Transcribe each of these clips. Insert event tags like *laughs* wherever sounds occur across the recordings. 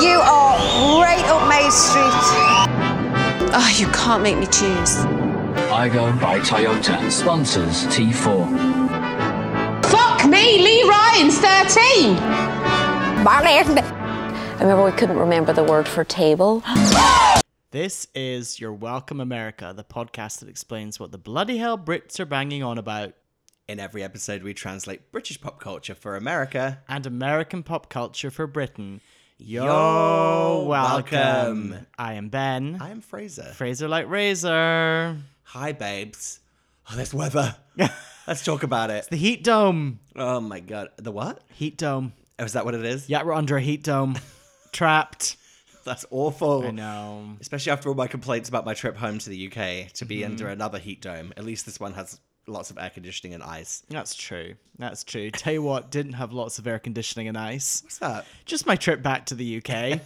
You are right up Main Street. Oh, you can't make me choose. I go by Toyota. Sponsors T4. Fuck me, Lee Ryan's 13. I remember we couldn't remember the word for table. This is Your Welcome America, the podcast that explains what the bloody hell Brits are banging on about In every episode, we translate British pop culture for America. and American pop culture for Britain. You're, You're welcome. welcome. I am Ben. I am Fraser. Fraser like razor. *laughs* Hi, babes. Oh, this weather. Let's talk about it. The heat dome. Oh my god, the what? Heat dome. Oh, is that what it is? Yeah, we're under a heat *laughs* dome. Trapped. that's awful. I know. Especially after all my complaints about my trip home to the UK to be Mm-hmm. under another heat dome. At least this one has lots of air conditioning and ice. That's true. That's true. Tell you what, didn't have lots of air conditioning and ice. What's that? Just my trip back to the *laughs* UK.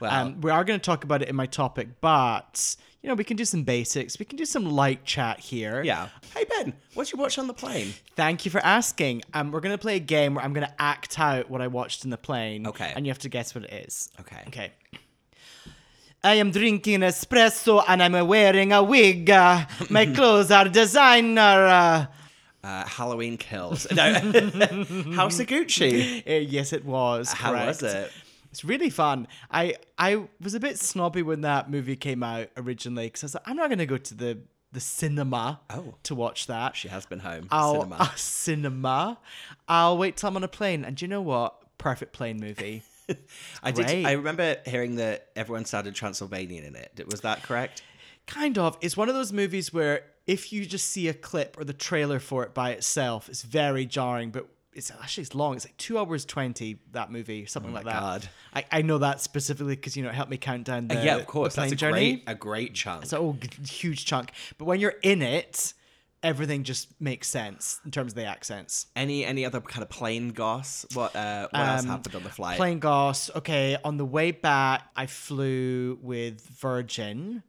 Well, Um, we are going to talk about it in my topic, but you know we can do some basics. We can do some light chat here. yeah. Hey Ben, what would you watch on the plane? Thank you for asking. Um, we're going to play a game where I'm going to act out what I watched in the plane. Okay. And you have to guess what it is. Okay. Okay. I am drinking espresso and I'm wearing a wig. Uh, my *laughs* clothes are designer. Uh, Uh, Halloween Kills. *laughs* No, *laughs* House of Gucci. eh, yes, it was. How was correct. it? It's really fun. I I was a bit snobby when that movie came out originally because I was like, I'm not going to go to the the cinema Oh. to watch that. She has been home. I'll, Cinema. cinema. cinema. I'll wait till I'm on a plane. And do you know what? Perfect plane *laughs* movie. I did. great. I I remember hearing that everyone sounded Transylvanian in it. Was that correct? kind of. It's one of those movies where if you just see a clip or the trailer for it by itself, it's very jarring, but it's actually it's long. It's like two hours twenty. That movie, something like that. Oh God. Uh, I, I know that specifically because you know it helped me count down the yeah, of course. Uh, The plane That's a journey. great, a great chunk. It's a whole g- huge chunk. But when you're in it, everything just makes sense in terms of the accents. any any other kind of plane goss? What uh, what else Um, happened on the flight? Plain Goss. Okay, on the way back, I flew with Virgin.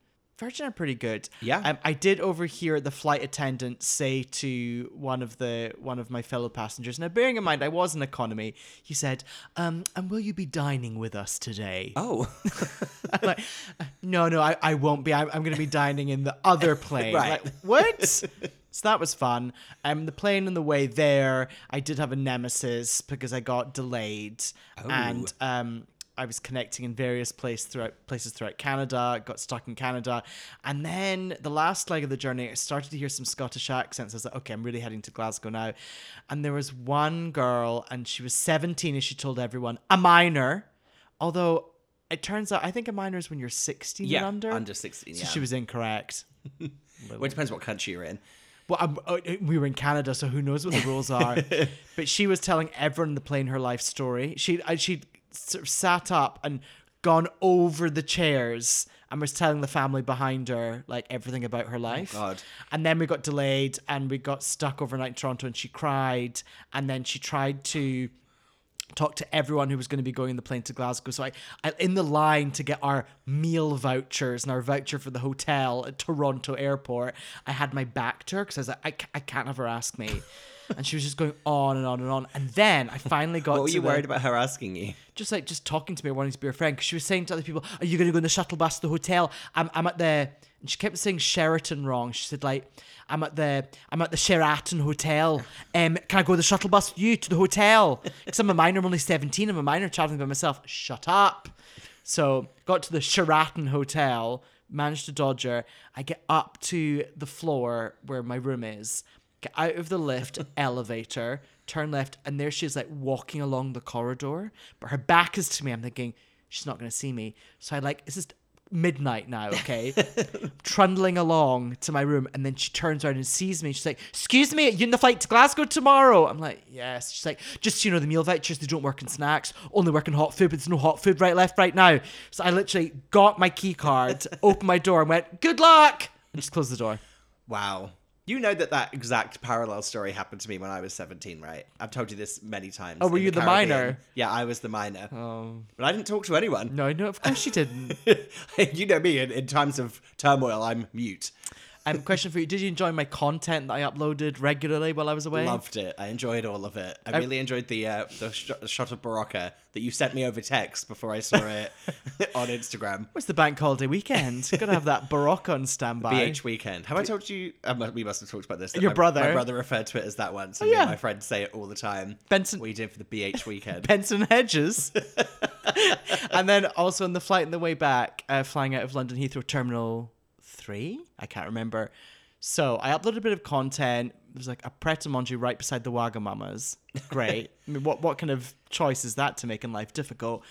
Virgin are pretty good. Yeah. Um, I did overhear the flight attendant say to one of the one of my fellow passengers. Now, bearing in mind I was an economy, he said, um, "And will you be dining with us *laughs* today?" *laughs* Oh, I'm like, no, no, I, I won't be. I'm, I'm going to be dining in the *laughs* other plane. Right. Like, what? so that was fun. Um, the plane on the way there, I did have a nemesis because I got delayed, Oh. and um, I was connecting in various place throughout places throughout Canada. Got stuck in Canada, and then the last leg of the journey, I started to hear some Scottish accents. I was like, okay, I'm really heading to Glasgow now. And there was one girl, and she was 17, and she told everyone a minor, although. It turns out I think a minor is when you're 16 yeah, and under under. sixteen. So Yeah, she was incorrect. Well, it depends what country you're in. Well, I'm, uh, we were in Canada, so who knows what the rules are. but she was telling everyone in the plane her life story. She uh, she sort of sat up and gone over the chairs and was telling the family behind her like everything about her life. God. And then we got delayed and we got stuck overnight in Toronto and she cried and then she tried to talk to everyone who was going to be going in the plane to Glasgow. So I, I in the line to get our meal vouchers and our voucher for the hotel at Toronto Airport, I had my back to her because I was like, I, ca- I can't have her *laughs* ask me. And she was just going on and on and on. And then I finally got What were to you the- worried about her asking you? just like just talking to me, wanting to be her friend, because she was saying to other people, "Are you going to go in the shuttle bus to the hotel? I'm I'm at the." And she kept saying Sheraton wrong. She said like, "I'm at the I'm at the Sheraton hotel. Um, can I go the shuttle bus with you to the hotel? Because I'm a minor, I'm only seventeen. I'm a minor traveling by myself. Shut up." So got to the Sheraton hotel, managed to dodge her. I get up to the floor where my room is. Get out of the lift *laughs* elevator, turn left, and there she is, like walking along the corridor. But her back is to me. I'm thinking she's not gonna see me. So I like it's just midnight now. Okay, trundling along to my room, and then she turns around and sees me. She's like, "Excuse me, you in the flight to Glasgow tomorrow?" I'm like, "Yes." She's like, "Just so you know, the meal vouchers they don't work in snacks. Only work in hot food, but there's no hot food right left right now." So I literally got my key card, *laughs* opened my door, and went, "Good luck." And just closed the door. Wow. You know that that exact parallel story happened to me when I was 17, right? I've told you this many times. Oh, were in you the Caribbean. minor? Yeah, I was the minor. Oh. But I didn't talk to anyone. *laughs* No, no, of course she didn't. you know me, in, in times of turmoil, I'm mute. Um, question for you: Did you enjoy my content that I uploaded regularly while I was away? Loved it. I enjoyed all of it. I really enjoyed the uh, the sh- shot of Barocca that you sent me over text before I saw *laughs* it on Instagram. Where's the bank holiday weekend? Gotta have that Baroque on standby. BH weekend. Have I told you? I mu- we must have talked about this. that Your my, brother. Oh, My brother referred to it as that once. And me yeah. and my friends say it all the time. Benson- We did for the BH weekend. Benson Hedges. *laughs* and then also on the flight on the way back, uh, flying out of London Heathrow Terminal 3? I can't remember. So I uploaded a bit of content. There's like a Pret a Manger right beside the Wagamamas. *laughs* Great. I mean, what, what kind of choice is that to make in life difficult?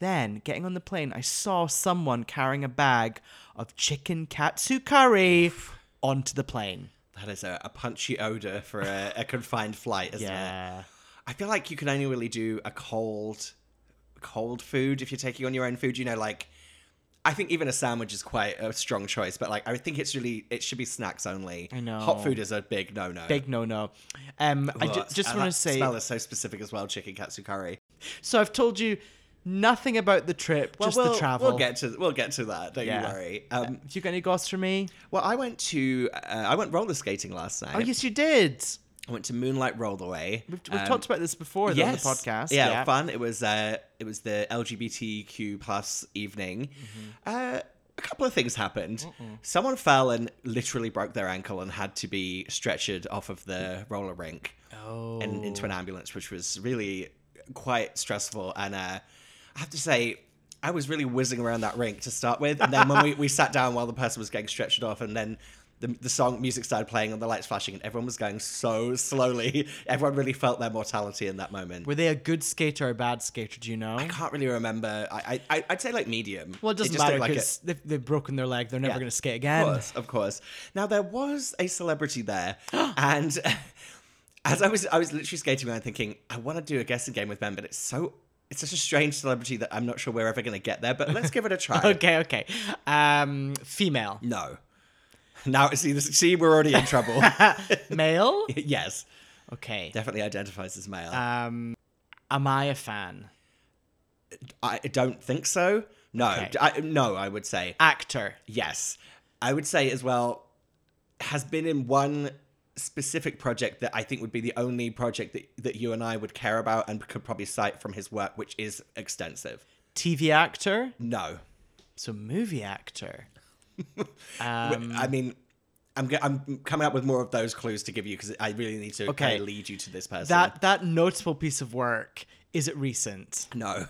Then, getting on the plane, I saw someone carrying a bag of chicken katsu curry onto the plane. that is a, a punchy odor for a, a confined flight, isn't it? Yeah. I feel like you can only really do a cold, cold food if you're taking on your own food. You know, like I think even a sandwich is quite a strong choice, but like I think it's really it should be snacks only. I know. hot food is a big no no. Big no no. Um, I ju- just want to say. Uh, smell is so specific as well. Chicken katsu curry. So I've told you nothing about the trip, just we'll, the travel. We'll get to we'll get to that. Don't Yeah. you worry. Um, Have you got any goss for me? well, I went to uh, I went roller skating last night. Oh, yes, you did. I went to Moonlight Rollaway. Um, We've, we've talked about this before though, yes. on the podcast. Yeah, fun. It was uh, it was the LGBTQ plus evening. Mm-hmm. Uh, a couple of things happened. Someone fell and literally broke their ankle and had to be stretchered off of the roller rink Oh. and into an ambulance, which was really quite stressful. And uh, I have to say. I was really whizzing around that rink to start with, and then when we, we sat down while the person was getting stretched off, and then the, the song music started playing and the lights flashing, and everyone was going so slowly. *laughs* Everyone really felt their mortality in that moment. Were they a good skater or a bad skater? Do you know? I can't really remember. I, I I'd say like medium. Well, it doesn't just matter looked it- because they've, they've broken their leg. They're never Yeah. going to skate Of again. *laughs* course, of course. Now there was a celebrity *gasps* there, and *laughs* as I was, I was literally skating around thinking, I want to do a guessing game with Ben, but it's so, it's such a strange celebrity that I'm not sure we're ever going to get there. But let's give *laughs* it a try. Okay, okay. Um, *laughs* female, No. Now see, this, see, we're already in *laughs* trouble. male. yes, Okay. definitely identifies as male. Um, am I a fan? I don't think so. No, Okay. I, no, I would say Actor. Yes. I would say as well, has been in one specific project that I think would be the only project that, that you and I would care about and could probably cite from his work, which is extensive. TV actor. No. So movie actor. Um, W- I mean, I'm, go- I'm coming up with more of those clues to give you because I really need to kinda Okay. lead you to this person. That that notable piece of work. Is it recent? No.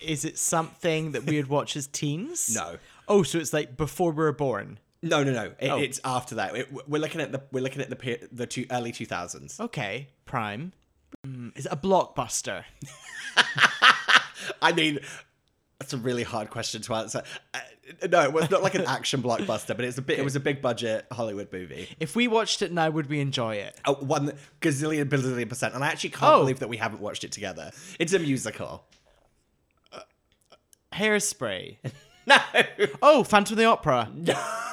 Is it something that we would watch as teens? No. Oh, so it's like before we were born. No, no, no. It, Oh. It's after that. It, we're looking at the we're looking at the pe- the two early two thousands. Okay, Prime. Mm, is it a blockbuster? I mean, that's a really hard question to answer. Uh, no, it was not like an action blockbuster, but it's a bit. It was a big budget Hollywood movie. If we watched it now, would we enjoy it? Uh, one gazillion bazillion percent, and I actually can't Oh. believe that we haven't watched it together. It's a musical. *laughs* Hairspray. no. Oh, Phantom of the Opera.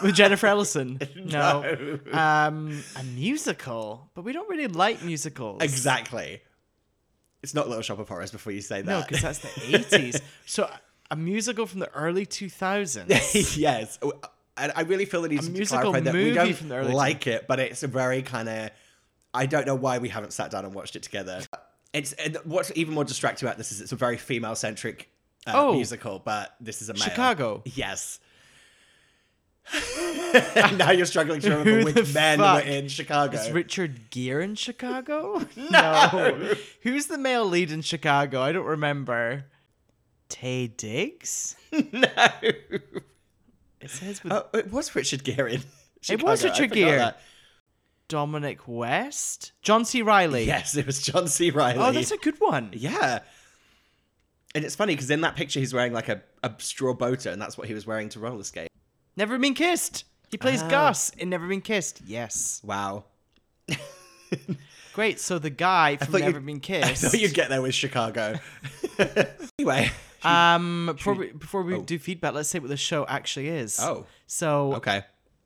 With Jennifer Ellison. No. Um, a musical, but we don't really like musicals. Exactly. It's not Little Shop of Horrors. Before you say No, that, *laughs* because that's the '80s. So a musical from the early 2000s. *laughs* yes. Oh, And I really feel the need to musical clarify that we movie don't from the early like it, but it's a very kind of. I don't know why we haven't sat down and watched it together. Uh, It's and what's even more distracting about this is it's a very female centric uh, Oh. musical, but this is a male. Chicago. Yes. *laughs* now you're struggling to remember Who which the men were fuck in Chicago. Is *laughs* Richard Gere in Chicago? *laughs* no. *laughs* Who's the male lead in Chicago? I don't remember. Tay Diggs? no. It says with oh, it was Richard Gere in It was Chicago, I Richard forgot Gere. that. Dominic West? John C. Riley. Yes, it was John C. Riley. Oh, that's a good one. Yeah. And it's funny because in that picture he's wearing like a, a straw boater, and that's what he was wearing to roller skate. Never Been Kissed. He plays Ah. Gus in Never Been Kissed. Yes. Wow. Great. So the guy from thought you- Never *laughs* Been I *laughs* Kissed. thought you'd get there with Chicago. *laughs* anyway, um, before we, before we do feedback, let's say what the show actually is. Oh. So okay.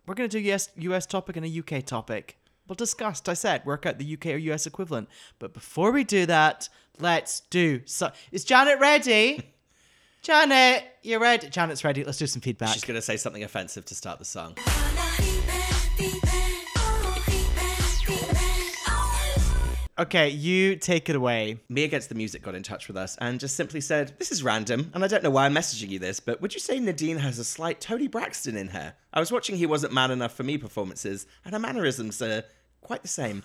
we're going to do US, US topic and a UK topic. We'll discuss, dissect, work out the UK or US equivalent. But before we do that, let's do so. Is Janet ready? Janet, you're ready. Janet's ready. Let's do some feedback. She's gonna say something offensive to start the song. Hola, Jiménez. Okay, you take it away. Me Against the Music got in touch with us and just simply said, This is random, and I don't know why I'm messaging you this, but would you say Nadine has a slight Tony Braxton in her? I was watching He Wasn't Man Enough for Me performances, and her mannerisms are quite the same.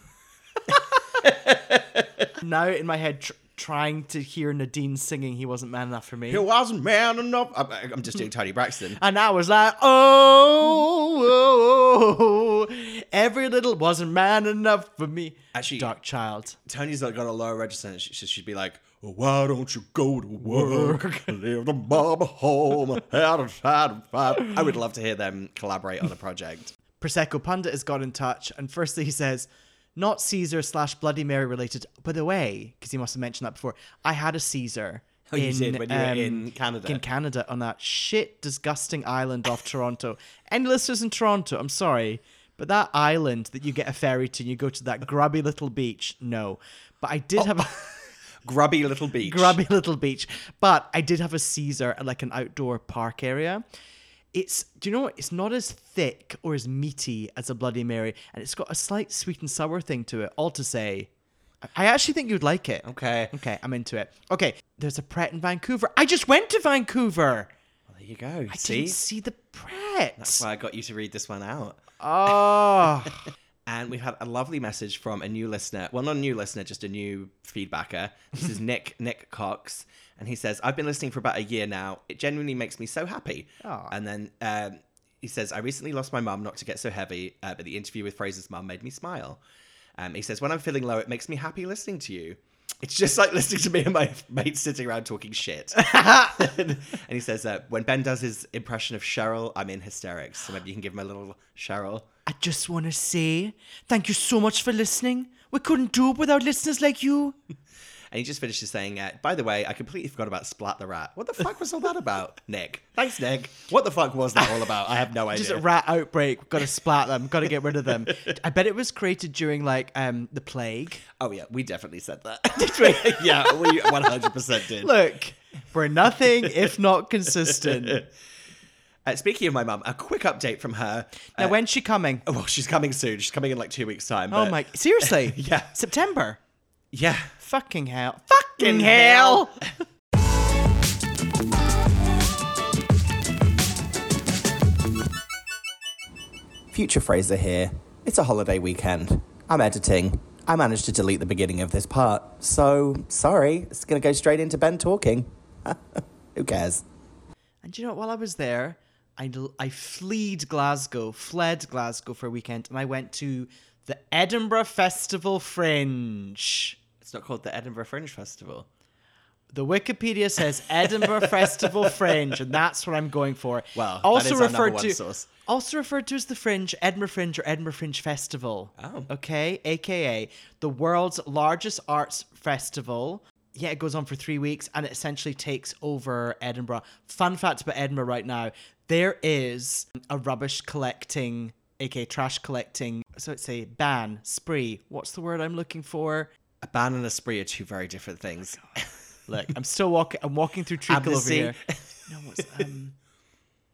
Now in my head, tr- trying to hear Nadine singing "He Wasn't Man Enough for Me," He wasn't man enough. I'm, I'm just doing Tony Braxton. and I was like, "Oh, oh, oh, every little wasn't man enough for me." Actually- dark child. Tony's like got a lower register, and she, she- she'd be like, "Oh, why don't you go to work? *laughs* Leave the mama home. Out of sight of sight." I would love to hear them collaborate on a project. Prosecco Pundit has got in touch, and firstly he says, not Caesar slash Bloody Mary related. By the way, because he must have mentioned that before, I had a Caesar. um, Oh, you did, when you were in Canada. In Canada, on that shit, disgusting island off Toronto. Any listeners in Toronto, I'm sorry, but that island that you get a ferry to and you go to that grubby little beach, no. But I Oh. did have a Grubby little beach. grubby little beach. But I did have a Caesar at like an outdoor park area. It's do you know what? It's not as thick or as meaty as a Bloody Mary, and it's got a slight sweet and sour thing to it. All to say, I- I actually think you'd like it. Okay. Okay, I'm into it. Okay, there's a Pret in Vancouver. I just went to Vancouver. There you go. I see, didn't see the Pret. that's why I got you to read this one out. Oh, *laughs* And we've had a lovely message from a new listener. Well, not a new listener, just a new feedbacker. This is Nick Nick Cox, and he says, "I've been listening for about a year now. It genuinely makes me so happy." And then um, he says, "I recently lost my mum. Not to get so heavy, uh, but the interview with Fraser's mum made me smile." Um, he says, "When I'm feeling low, it makes me happy listening to you." It's just like listening to me and my mates sitting around talking shit. and he says, uh, "When Ben does his impression of Cheryl, I'm in hysterics. So maybe you can give him a little Cheryl." I just want to say thank you so much for listening. We couldn't do it without listeners like you. And he just finishes saying, uh, by the way, I completely forgot about Splat the Rat. What the fuck was all that *laughs* about, Nick? Thanks, Nick. What the fuck was that all about? I have no idea. just a rat outbreak. We've got to splat them. Got to get rid of them. I bet it was created during like um the plague. oh, yeah, we definitely said *laughs* that. Did we? *laughs* yeah, we 100% did. Look, we're nothing if not consistent. Uh, speaking of my mum, a quick update from her. Uh, Now, when's she coming? well, she's coming soon. She's coming in like two weeks' time. Oh but- my! Seriously? Yeah. September. Yeah. Mm, Fucking hell! Fucking hell! Future Fraser here. It's a holiday weekend. I'm editing. I managed to delete the beginning of this part, so sorry. It's going to go straight into Ben talking. *laughs* Who cares? And you know, what? while I was there, I l- I fleed Glasgow, fled Glasgow for a weekend, and I went to the Edinburgh Festival Fringe. It's not called the Edinburgh Fringe Festival. The Wikipedia says *laughs* Edinburgh Festival Fringe, and that's what I'm going for. Well, that is our number one to source. also referred to as the Fringe, Edinburgh Fringe, or Edinburgh Fringe Festival. Oh. okay, aka the world's largest arts festival. Yeah, it goes on for three weeks, and it essentially takes over Edinburgh. Fun fact about Edinburgh right now: there is a rubbish collecting, aka trash collecting. So it's a ban, spree. What's the word I'm looking for? A ban and a spree are two very different things. Oh Look, I'm still walking. I'm walking through treacle over Amnesty. here. *laughs* No, what's um,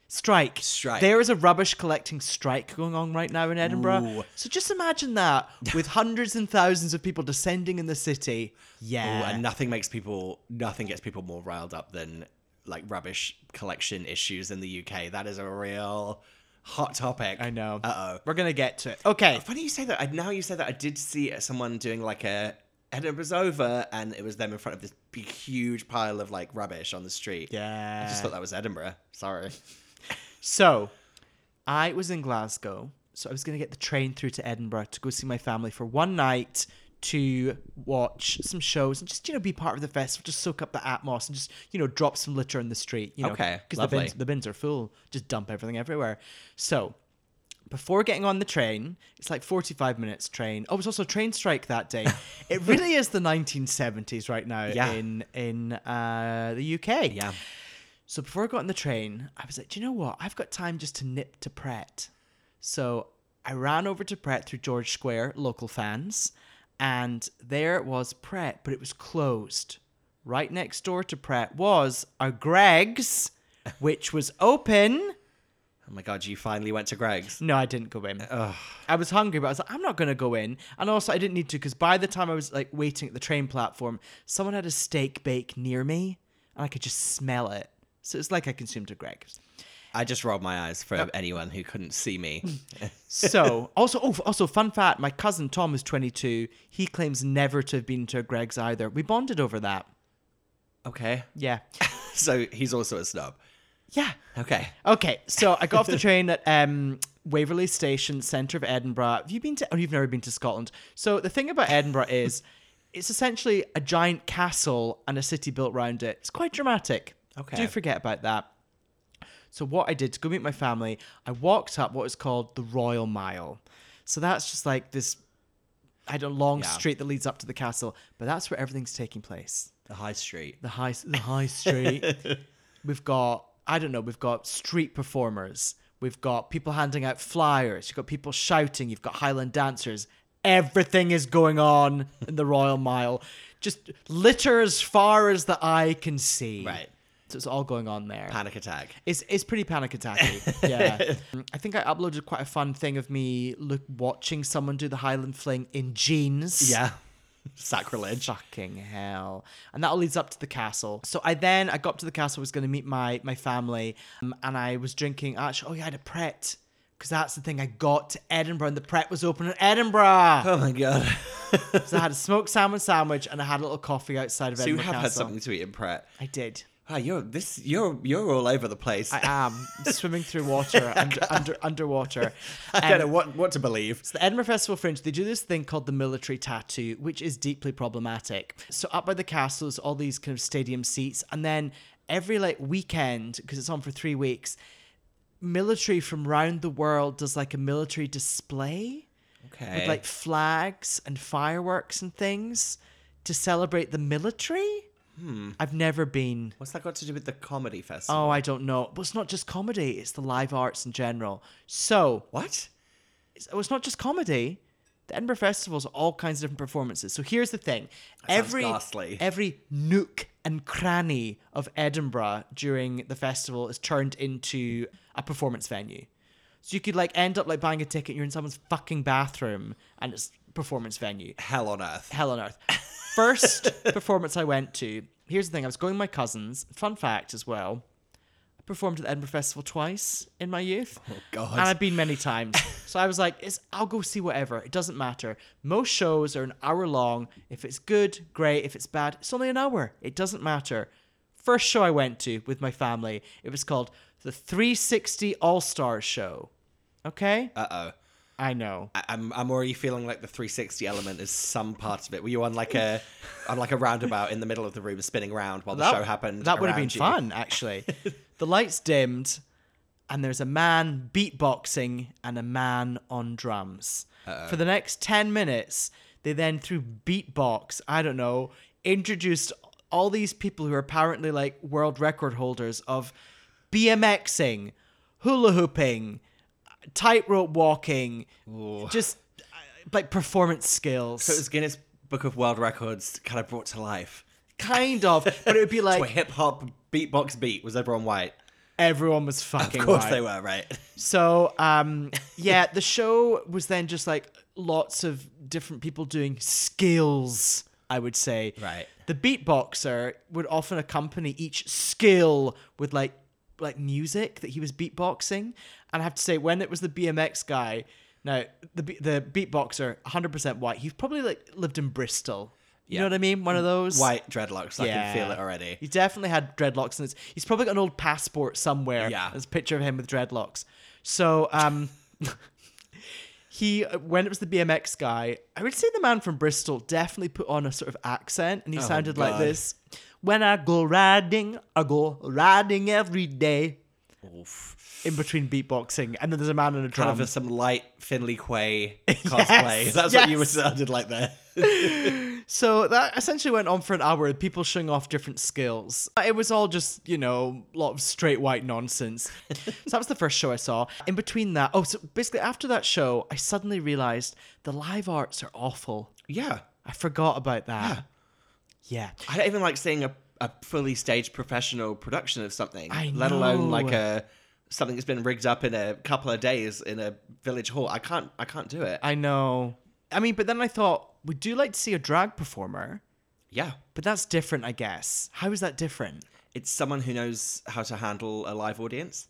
strike? Strike. There is a rubbish collecting strike going on right now in Edinburgh. Ooh. So just imagine that with hundreds and thousands of people descending in the city. Ooh, Yeah. Uh, and nothing makes people, nothing gets people more riled up than like rubbish collection issues in the UK. That is a real hot topic. I know. Uh oh. We're gonna get to it. Okay. Funny you say that. I, now you say that, I did see someone doing like a Edinburgh's over, and it was them in front of this big, huge pile of like rubbish on the street. Yeah. I just thought that was Edinburgh. Sorry. So, I was in Glasgow, so I was going to get the train through to Edinburgh to go see my family for one night to watch some shows and just you know be part of the festival, just soak up the atmos and just you know drop some litter in the street. You know, Okay, because the bins lovely. the bins are full, just dump everything everywhere. So. Before getting on the train, it's like 45 minutes train. Oh, it was also a train strike *laughs* that day. it really is the 1970s right now Yeah. in in uh, the UK. Yeah. So before I got on the train, I was like, do you know what? I've got time just to nip to Pret. So I ran over to Pret through George Square, local fans, and there was Pret, but it was closed. Right next door to Pret was a Greg's, which was open, Oh my god, you finally went to Greg's. No, I didn't go in. I was hungry, but I was like, I'm not going to go in. And also, I didn't need to because by the time I was like waiting at the train platform, someone had a steak bake near me and I could just smell it. So it's like I consumed a Greg's. I just rolled my eyes for anyone who couldn't see *laughs* me. So, also, oh, also, fun fact my cousin Tom is 22. He claims never to have been to a Greg's either. We bonded over that. okay. Yeah. *laughs* So he's also a snob. Yeah. Okay. *laughs* Okay, so I got off the train at um, Waverley Station, centre of Edinburgh. Have you been to? Oh, you've never been to Scotland. So the thing about Edinburgh is, it's essentially a giant castle and a city built round it. It's quite dramatic. Okay. Do forget about that. So what I did to go meet my family, I walked up what is called the Royal Mile. So that's just like this, I don't long Yeah. street that leads up to the castle, but that's where everything's taking place The high street. the high the high street. we've got I don't know. We've got street performers. We've got people handing out flyers. You've got people shouting. You've got Highland dancers. Everything is going on in the Royal Mile. Just litter as far as the eye can see. Right. So it's all going on there. Panic attack. It's it's pretty panic attacky. yeah. Mm, I think I uploaded quite a fun thing of me look watching someone do the Highland fling in jeans. *laughs* Sacrilege. Fucking hell. And that all leads up to the castle. So I then I got up to the castle, was gonna meet my my family, um, and I was drinking actually oh yeah, I had a Pret. Cause that's the thing I got to Edinburgh and the Pret was open in Edinburgh. *laughs* Oh my god. so I had a smoked salmon sandwich and I had a little coffee outside of So you Edinburgh have had Castle. something to eat in Pret. I did. Ah, you're this. You're you're all over the place. I am swimming through water under, under underwater. *laughs* *laughs* I don't Um, know what what to believe. the Edinburgh Festival Fringe, they do this thing called the military tattoo, which is deeply problematic. So up by the castles, all these kind of stadium seats, and then every like weekend, because it's on for three weeks, military from round the world does like a military display Okay. with like flags and fireworks and things to celebrate the military. I've never been. What's that got to do with the comedy festival? Oh, I don't know. But it's not just comedy; it's the live arts in general. So What? it's- it's not just comedy. The Edinburgh Festival's all kinds of different performances. So here's the thing: sounds every ghastly. every nook and cranny of Edinburgh during the festival is turned into a performance venue. So you could like end up like buying a ticket, you're in someone's fucking bathroom, and it's performance venue Hell on earth. hell on earth. First performance I went to, here's the thing, I was going with my cousins. Fun fact as well. I performed at the Edinburgh Festival twice in my youth. Oh God. And I've been many times. so I was like, it's, I'll go see whatever. It doesn't matter. Most shows are an hour long. If it's good, great. If it's bad, it's only an hour. It doesn't matter. First show I went to with my family, it was called the 360 All-Star Show. Okay? Uh oh. I know. I'm I'm already feeling like the 360 element is some part of it. Were you on like *laughs* a on like a roundabout in the middle of the room, spinning around while the show happened? That would have around been you? fun, actually. the lights dimmed, and there's a man beatboxing and a man on drums. For the next 10 minutes, they then, through beatbox, I don't know, introduced all these people who are apparently like world record holders of BMXing, hula hooping, tightrope walking, just uh, like performance skills. *laughs* So it was Guinness Book of World Records kind of brought to life. kind of, but it would be Like, *laughs* like hip hop beatbox beat was everyone white? everyone was Of fucking course right. they were right. So, um, yeah, the show was then just like lots of different people doing skills, I would say. Right. The beatboxer would often accompany each skill with like like music that he was beatboxing. And I have to say, when it was the BMX guy, now the be- the beatboxer, 100% white, he's probably like lived in Bristol. You know what I mean? One of *laughs* those Mm, White dreadlocks. I can feel it already. he definitely had dreadlocks, and it's, he's probably got an old passport somewhere. Yeah. there's a picture of him with dreadlocks. So, um, *laughs* he when it was the BMX guy, I would say the man from Bristol definitely put on a sort of accent, and he sounded like Oh, God. this: "When I go riding, I go riding every day." In between beatboxing, and then there's a man on a Kind drum. of a- some light Finley *laughs* Quay cosplay. That's what you were yes. sounded like there. So that essentially went on for an hour with people showing off different skills. It was all just, you know, a lot of straight white nonsense. so that was the first show I saw. In between that, oh, so basically after that show, I suddenly realized the live arts are awful. Yeah. I forgot about that. Yeah. I don't even like seeing a, a fully staged professional production of something, I let alone like know. a something that's been rigged up in a couple of days in a village hall. I can't I can't do it. I know. I mean, but then I thought we do like to see a drag performer, yeah. but that's different, I guess. How is that different? It's someone who knows how to handle a live audience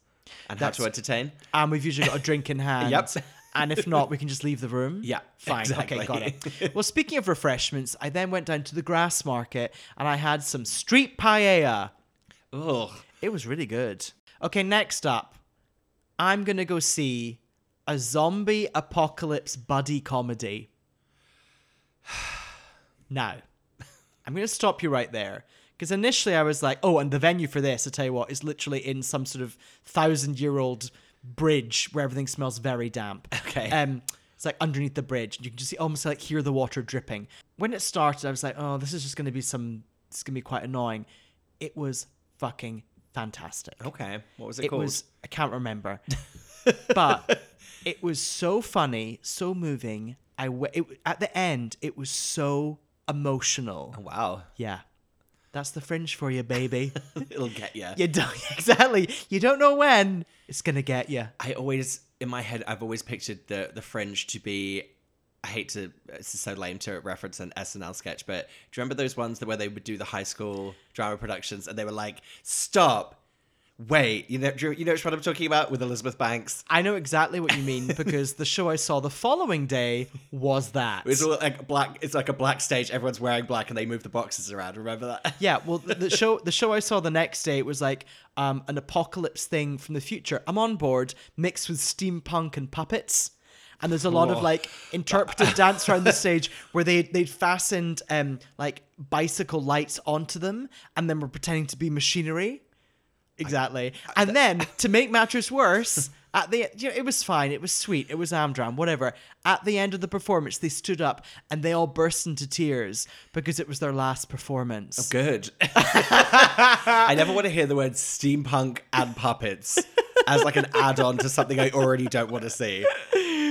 and how to That's- entertain. And we've usually got a drink in hand. *laughs* Yep. And if not, we can just leave the room. Yeah, Fine. exactly. *laughs* Okay, got it. Well, speaking of refreshments, I then went down to the grass market and I had some street paella. Oh, It was really good. Okay, next up, I'm going to go see a zombie apocalypse buddy comedy. *sighs* now, *laughs* I'm going to stop you right there. Because initially I was like, oh, and the venue for this, I tell you what, is literally in some sort of thousand year old bridge where everything smells very damp. Okay. Um, it's like underneath the bridge. You can just see, almost like hear the water dripping. When it started, I was like, oh, this is just going to be some, it's going to be quite annoying. It was fucking fantastic. okay. What was it, It called? was, I can't remember. but it was so funny, so moving. I w- it, at the end, it was so emotional. Wow. Yeah. That's the fringe for you, baby. *laughs* *laughs* It'll get you. you don't *laughs* exactly. You don't know when it's gonna get you. I always in my head I've always pictured the the fringe to be I hate to this is so lame to reference an SNL sketch, but do you remember those ones that where they would do the high school drama productions and they were like, Stop, wait, you know do you, you know which one I'm talking about with Elizabeth Banks? I know exactly what you mean because the show I saw the following day was that. It's all like black it's like a black stage, everyone's wearing black and they move the boxes around. Remember that? *laughs* *laughs* Yeah, well, the, the show the show I saw the next day was like um, an apocalypse thing from the future. I'm on board, mixed with steampunk and puppets. And there's a lot Whoa. of like interpretive dance around the stage where they they'd fastened um, like bicycle lights onto them and then were pretending to be machinery. Exactly. and then to make matters worse, at the you know, it was fine. It was sweet. It was Amdram, whatever. At the end of the performance, they stood up and they all burst into tears because it was their last performance. Good. *laughs* I never want to hear the word steampunk and puppets as like an add-on to something I already don't want to see.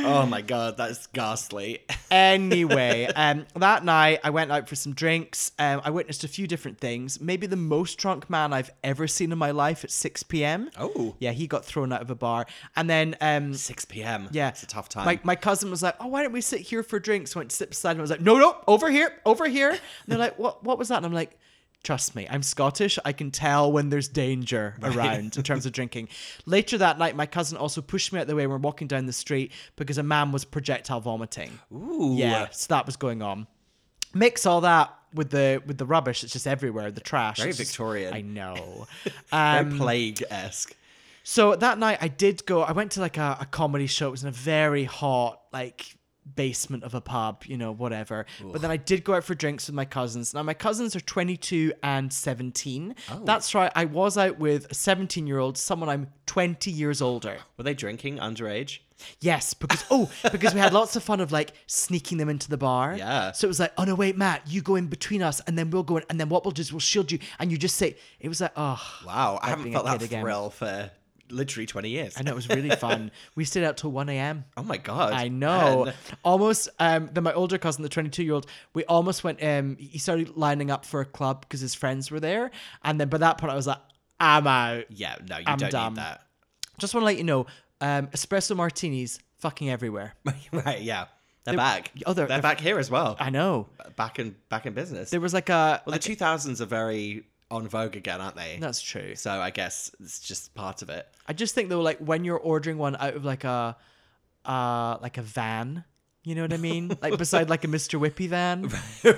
Oh my god, that's ghastly. Anyway, um, that night I went out for some drinks. Um, I witnessed a few different things. Maybe the most drunk man I've ever seen in my life at 6 p.m. Oh. Yeah, he got thrown out of a bar. And then. Um, 6 p.m. yeah, It's a tough time. My, my cousin was like, "Oh, why don't we sit here for drinks?" Went to sit beside him. I was like, "No, no, over here, over here." And they're like, "What? What was that?" And I'm like, "Trust me, I'm Scottish. I can tell when there's danger around in terms of drinking." Later that night, my cousin also pushed me out the way. when We we're walking down the street because a man was projectile vomiting. Ooh. Yeah, so that was going on. Mix all that with the with the rubbish that's just everywhere, the trash. Very It's just- Victorian. I know. Very um, plague-esque. So that night I did go, I went to like a, a comedy show. It was in a very hot, like basement of a pub, you know, whatever. But then I did go out for drinks with my cousins. Now my cousins are 22 and 17. Oh. That's right. I was out with a 17 year old, someone I'm 20 years older. Were they drinking underage? Yes, because oh, because we had lots of fun of like sneaking them into the bar. Yeah. So it was like, oh no, wait, Matt, you go in between us, and then we'll go in, and then what we'll do is we'll shield you, and you just say, it was like, oh, Wow, I haven't being a felt that kid again. thrill for literally 20 years. and it was really fun. we stayed out till one a.m. Oh my god. I know. Man. Almost. Um, then my older cousin, the 22 year old, we almost went. Um, he started lining up for a club because his friends were there, and then by that point, I was like, I'm out. Yeah, no, you I'm don't dumb. need that. *laughs* Just want to let you know, um, espresso martinis, fucking everywhere. right, yeah. They're, back. oh, they're- they're, they're- back here as well. I know. back in back in business. There was like a. well, the 2000s are very on vogue again, aren't they? That's true. So I guess it's just part of it. *laughs* I just think though, like when you're ordering one out of like a, uh, like a van. You know what *laughs* I mean? Like beside like a Mr. Whippy van.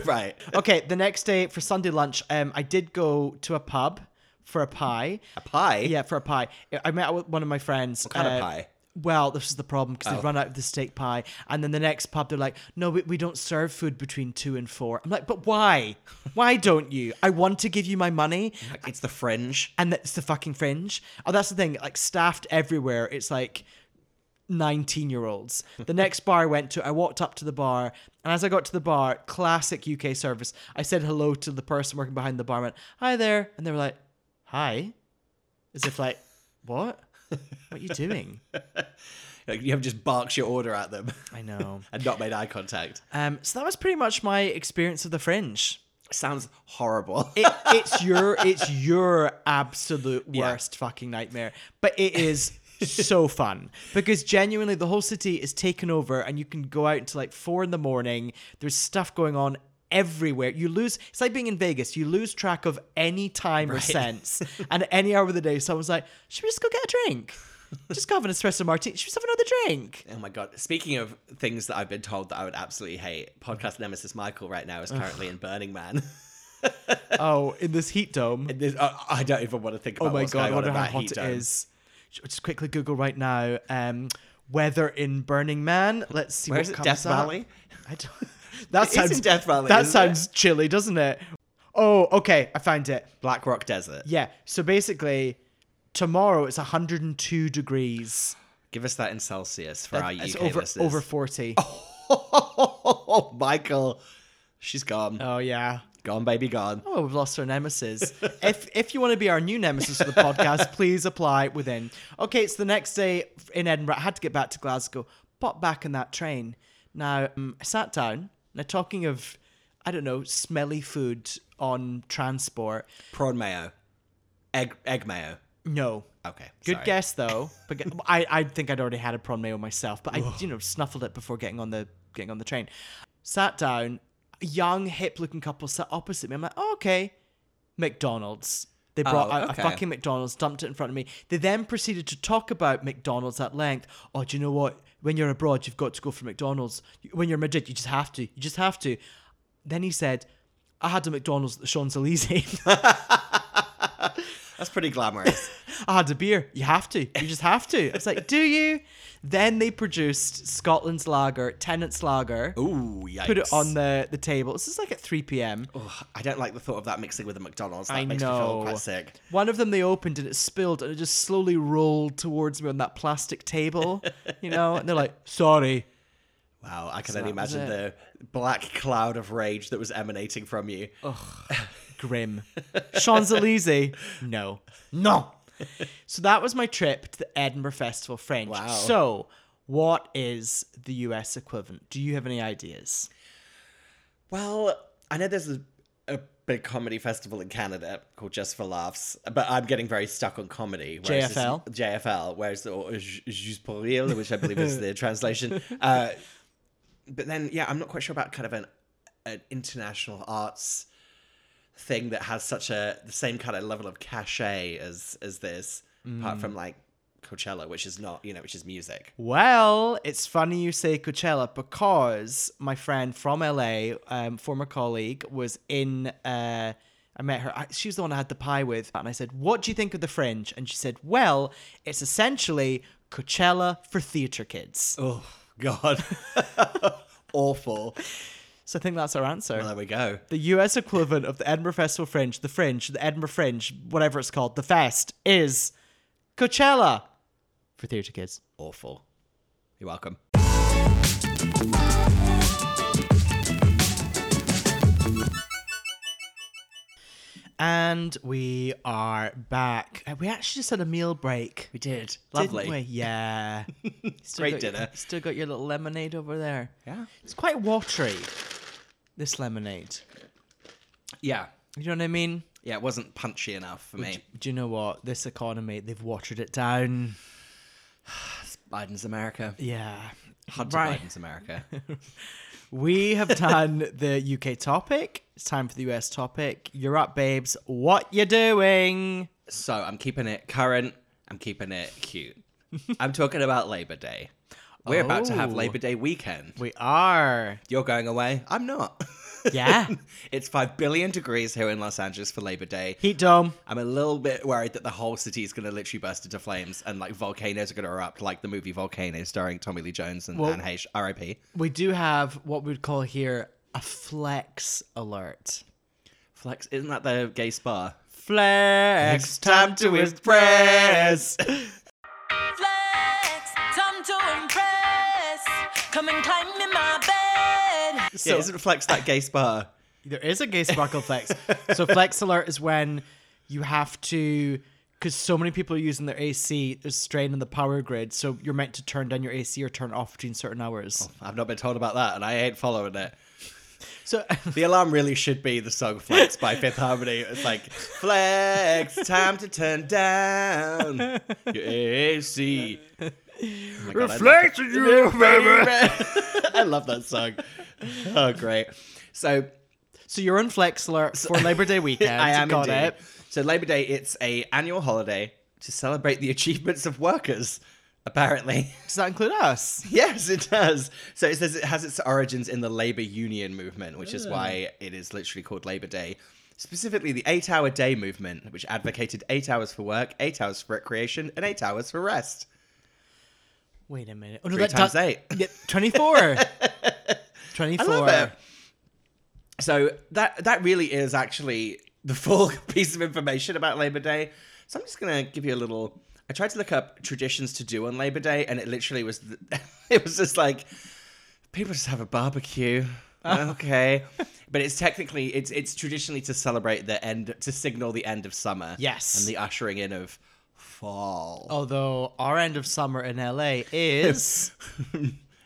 right. Oh, Okay, the next day for Sunday lunch, um, I did go to a pub for a pie. A pie? Yeah, for a pie. I- I met with one of my friends. What kind of pie? Oh. Well, this is the problem because they've run out of the steak pie. And then the next pub, they're like, no, we, we don't serve food between two and four. I'm like, *laughs* but why? why don't you? I want to give you my money. Like, It's the fringe. And that's the fucking fringe. Oh, that's the thing. Like, staffed everywhere. It's like 19 year olds. The next bar I went to, I walked up to the bar, and as I got to the bar, classic UK service, I said hello to the person working behind the bar, went, Hi there. And they were like, Hi. As if, like, What? What are you doing? Like, you have just barked your order at them *laughs* I know. and not made eye contact. Um, so that was pretty much my experience of the fringe. Sounds horrible. It, it's your it's your absolute worst fucking nightmare, but it is so *laughs* fun because genuinely the whole city is taken over and you can go out until like four in the morning. There's stuff going on everywhere. You lose, it's like being in Vegas, you lose track of any time or sense. and at any hour of the day, someone's like, should we just go get a drink? just go have an espresso martini. Should we just have another drink? Oh my god! Speaking of things that I've been told that I would absolutely hate, podcast nemesis Michael right now is currently in Burning Man. *laughs* Oh, in this heat dome. And there's- I- I don't even want to think about Oh my what's god, I going on wonder in how that hot heat it dome. is. Sh- Just quickly Google right now. Um, weather in Burning Man. Let's see Where what is it? comes Death up. Valley? I don't. *laughs* That is in sounds Death Valley, That isn't sounds chilly, doesn't it? Oh, okay, I found it. Black Rock Desert. Yeah. So basically, tomorrow it's 102 degrees. Give us that in Celsius for our That- it's UK over listeners. over 40. Oh, *laughs* Michael, she's gone. oh yeah. Gone, baby, gone. Oh, we've lost our nemesis. if *laughs* if you want to be our new nemesis for the podcast, *laughs* please apply within. Okay, it's the next day in Edinburgh. I had to get back to Glasgow. Popped back in that train. Now um, I sat down. Now talking of, I don't know, smelly food on transport. Prawn mayo, egg egg mayo. No. Okay, Good sorry. *laughs* guess though. But I, I think I'd already had a prawn mayo myself, but I you know snuffled it before getting on the getting on the train. Sat down, a young hip looking couple sat opposite me. I'm like, oh, okay, McDonald's. They brought Oh, out okay. a fucking McDonald's, dumped it in front of me. They then proceeded to talk about McDonald's at length. Oh, do you know what? When you're abroad, you've got to go for McDonald's. When you're in Madrid, you just have to. You just have to. Then he said, I had a McDonald's at the Champs Elysees. That's pretty glamorous. *laughs* I had a beer. You have to. You just have to. I was like, do you? Then they produced Scotland's lager, Tennant's lager. Ooh, yikes! Put it on the, the table. This is like at 3 p.m. I don't like the thought of that mixing with a McDonald's. That I makes me feel know. quite sick. One of them they opened and it spilled and it just slowly rolled towards me on that plastic table, you know? And they're like, sorry. Wow, I can only that was imagine the black cloud of rage that was emanating from you. Grim. Champs Elysees. No. No. So that was my trip to the Edinburgh Festival Fringe. Wow. So, what is the US equivalent? Do you have any ideas? Well, I know there's a, a big comedy festival in Canada called Just for Laughs, but I'm getting very stuck on comedy. whereas this- JFL? JFL, whereas the or Ju- Juste pour rire, which I believe is *laughs* the translation. Uh, but then, yeah, I'm not quite sure about kind of an an international arts thing that has such a the same kind of level of cachet as as this, apart from like Coachella, which is not you know which is music. Well, it's funny you say Coachella because my friend from LA, um, former colleague, was in. Uh, I met her. I, she was the one I had the pie with, and I said, "What do you think of the Fringe?" And she said, "Well, it's essentially Coachella for theater kids." Oh *laughs* God, awful. So I think that's our answer. Well, there we go. the U.S. equivalent of the Edinburgh Festival Fringe, the Fringe, the Edinburgh Fringe, whatever it's called, the fest is Coachella for theater kids. Awful. You're welcome. And we are back. Uh, We actually just had a meal break. We did. Lovely. Didn't we? *laughs* Yeah. Still Great got your- dinner. still got your little lemonade over there. Yeah. It's quite watery, this lemonade. Yeah. You know what I mean? Yeah, it wasn't punchy enough for me. Do you know what? This economy, they've watered it down. Biden's America. Yeah. Hunter Right. Biden's America. *laughs* We have done the UK topic. It's time for the US topic. You're up, babes. What you doing? so I'm keeping it current. I'm keeping it cute. I'm talking about Labor Day. We're about to have Oh. Labor Day weekend. We are. You're going away. I'm not. *laughs* Yeah. it's 5 billion degrees here in Los Angeles for Labor Day. Heat dome. I'm a little bit worried that the whole city is going to literally burst into flames and like volcanoes are going to erupt, like the movie Volcano starring Tommy Lee Jones and Well- Anne Heche. RIP. We do have what we'd call here a flex alert. Flex, isn't that the gay spa? Flex, time to express. express. flex, time to impress. Come and climb in my bed. yeah, isn't Flex that gay spa? There is a gay sparkle flex. *laughs* So flex alert is when you have to, because so many people are using their AC, there's strain on the power grid. So you're Oh. meant to turn down your AC or turn it off between certain hours. I've not been told about that, and I ain't following it. So *laughs* The alarm really should be the song Flex *laughs* by Fifth Harmony. It's like, Flex, time to turn down your *laughs* AC. Oh my God, I love Reflect that- in you, baby. *laughs* I love that song. Oh, great. So so you're on Flex alert for *laughs* Labor Day weekend. I am Got indeed. it. So Labor Day, it's a annual holiday to celebrate the achievements of workers. Apparently, Does that include us? yes, it does. So it says it has its origins in the labor union movement, which is why it is literally called Labor Day. Specifically, the eight-hour day movement, which advocated eight hours for work, eight hours for recreation, and eight hours for rest. Wait a minute. Oh, no, Three that times does- eight. *laughs* Yeah, *laughs* 24. 24. I love it. So that that really is actually the *laughs* full piece of information about Labor Day. So I'm just gonna give you a little. I tried to look up traditions to do on Labor Day, and it literally was. th- *laughs* It was just like people just have a barbecue. Okay, but it's technically it's it's traditionally to celebrate the end to signal the end of summer. Yes. and the ushering in of fall. Although our end of summer *laughs* in LA is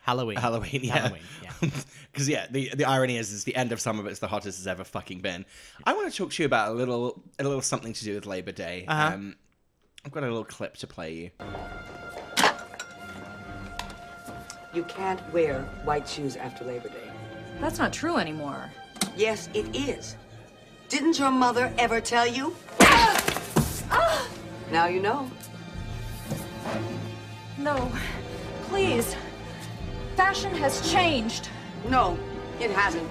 Halloween. Halloween, yeah. Halloween, *laughs* yeah. Because yeah, the, the irony is, it's the end of summer, but it's the hottest it's ever fucking been. I want to talk to you about a little a little something to do with Labor Day. Uh-huh. Um, I've got a little clip to play you. You can't wear white shoes after Labor Day. That's not true anymore. Yes, it is. Didn't your mother ever tell you? now you know. No, please. Fashion has changed. No, it hasn't.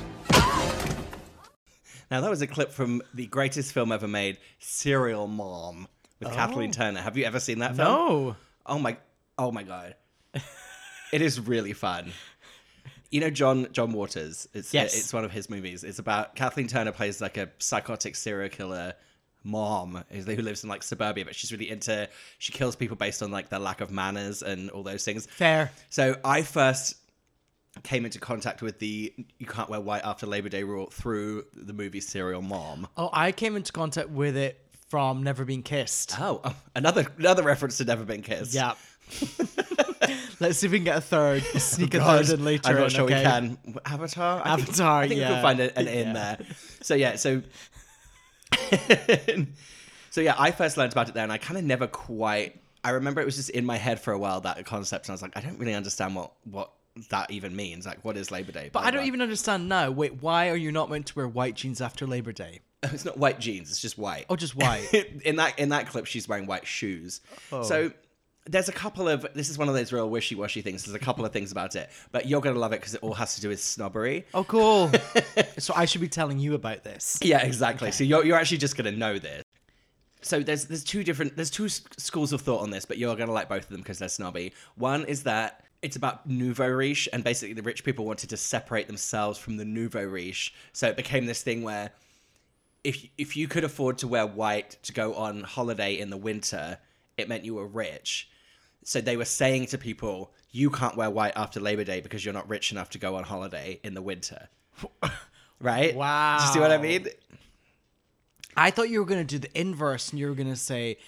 Now that was a clip from the greatest film ever made, Serial Mom, with Kathleen Turner. Have you ever seen that film? Oh. No. Oh my oh my god. it is really fun. You know John John Waters. It's Yes. it's one of his movies. It's about Kathleen Turner plays like a psychotic serial killer mom who lives in like suburbia, but she's really into she kills people based on like their lack of manners and all those things. Fair. So I first came into contact with the you can't wear white after Labor Day rule through the movie Serial Mom. Oh, I came into contact with it from Never Being Kissed. Oh, oh, another another reference to Never Been Kissed. Yeah. *laughs* Let's see if we can get a third. Sneak a Oh, God, third in later. I'm not in, sure okay? we can. Avatar? I think- Avatar, I think we yeah. can find a- an in there. So, yeah, so. *laughs* so, yeah, I first learned about it there and I kind of never quite. I remember it was just in my head for a while, that concept. And I was like, I don't really understand what, what that even means. Like, what is Labor Day? But I don't even understand now. Wait, why are you not meant to wear white jeans after Labor Day? *laughs* It's not white jeans, it's just white. *laughs* Oh, just white. in that in that clip she's wearing white shoes Oh. so there's a couple of this is one of those real wishy-washy things there's a couple of things about it but you're gonna love it because it all has to do with snobbery oh, cool. *laughs* so I should be telling you about this. yeah exactly so you're, you're actually just gonna know this so there's there's two different there's two s- schools of thought on this but you're gonna like both of them because they're snobby one is that it's about nouveau riche and basically the rich people wanted to separate themselves from the nouveau riche so it became this thing where if if you could afford to wear white to go on holiday in the winter, it meant you were rich. So they were saying to people, "You can't wear white after Labor Day because you're not rich enough to go on holiday in the winter." right? Do you see what I Wow. mean? I thought you were going to do the inverse and you were going to say,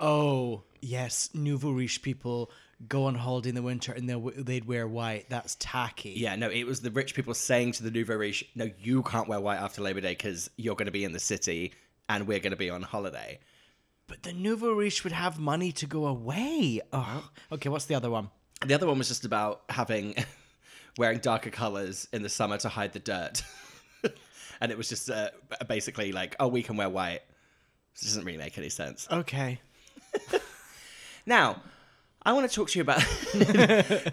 oh, yes, nouveau riche people go on holiday in the winter and they'll, they'd wear white. That's tacky. Yeah, no, it was the rich people saying to the nouveau riche, "No, you can't wear white after Labor Day because you're going to be in the city and we're going to be on holiday." But the nouveau riche would have money to go away. Oh. Okay, what's the other one? The other one was just about having *laughs* wearing darker colors in the summer to hide the dirt, *laughs* and it was just uh, basically like, "Oh, we can wear white." This doesn't really make any sense. Okay. Now, I want to talk to you about.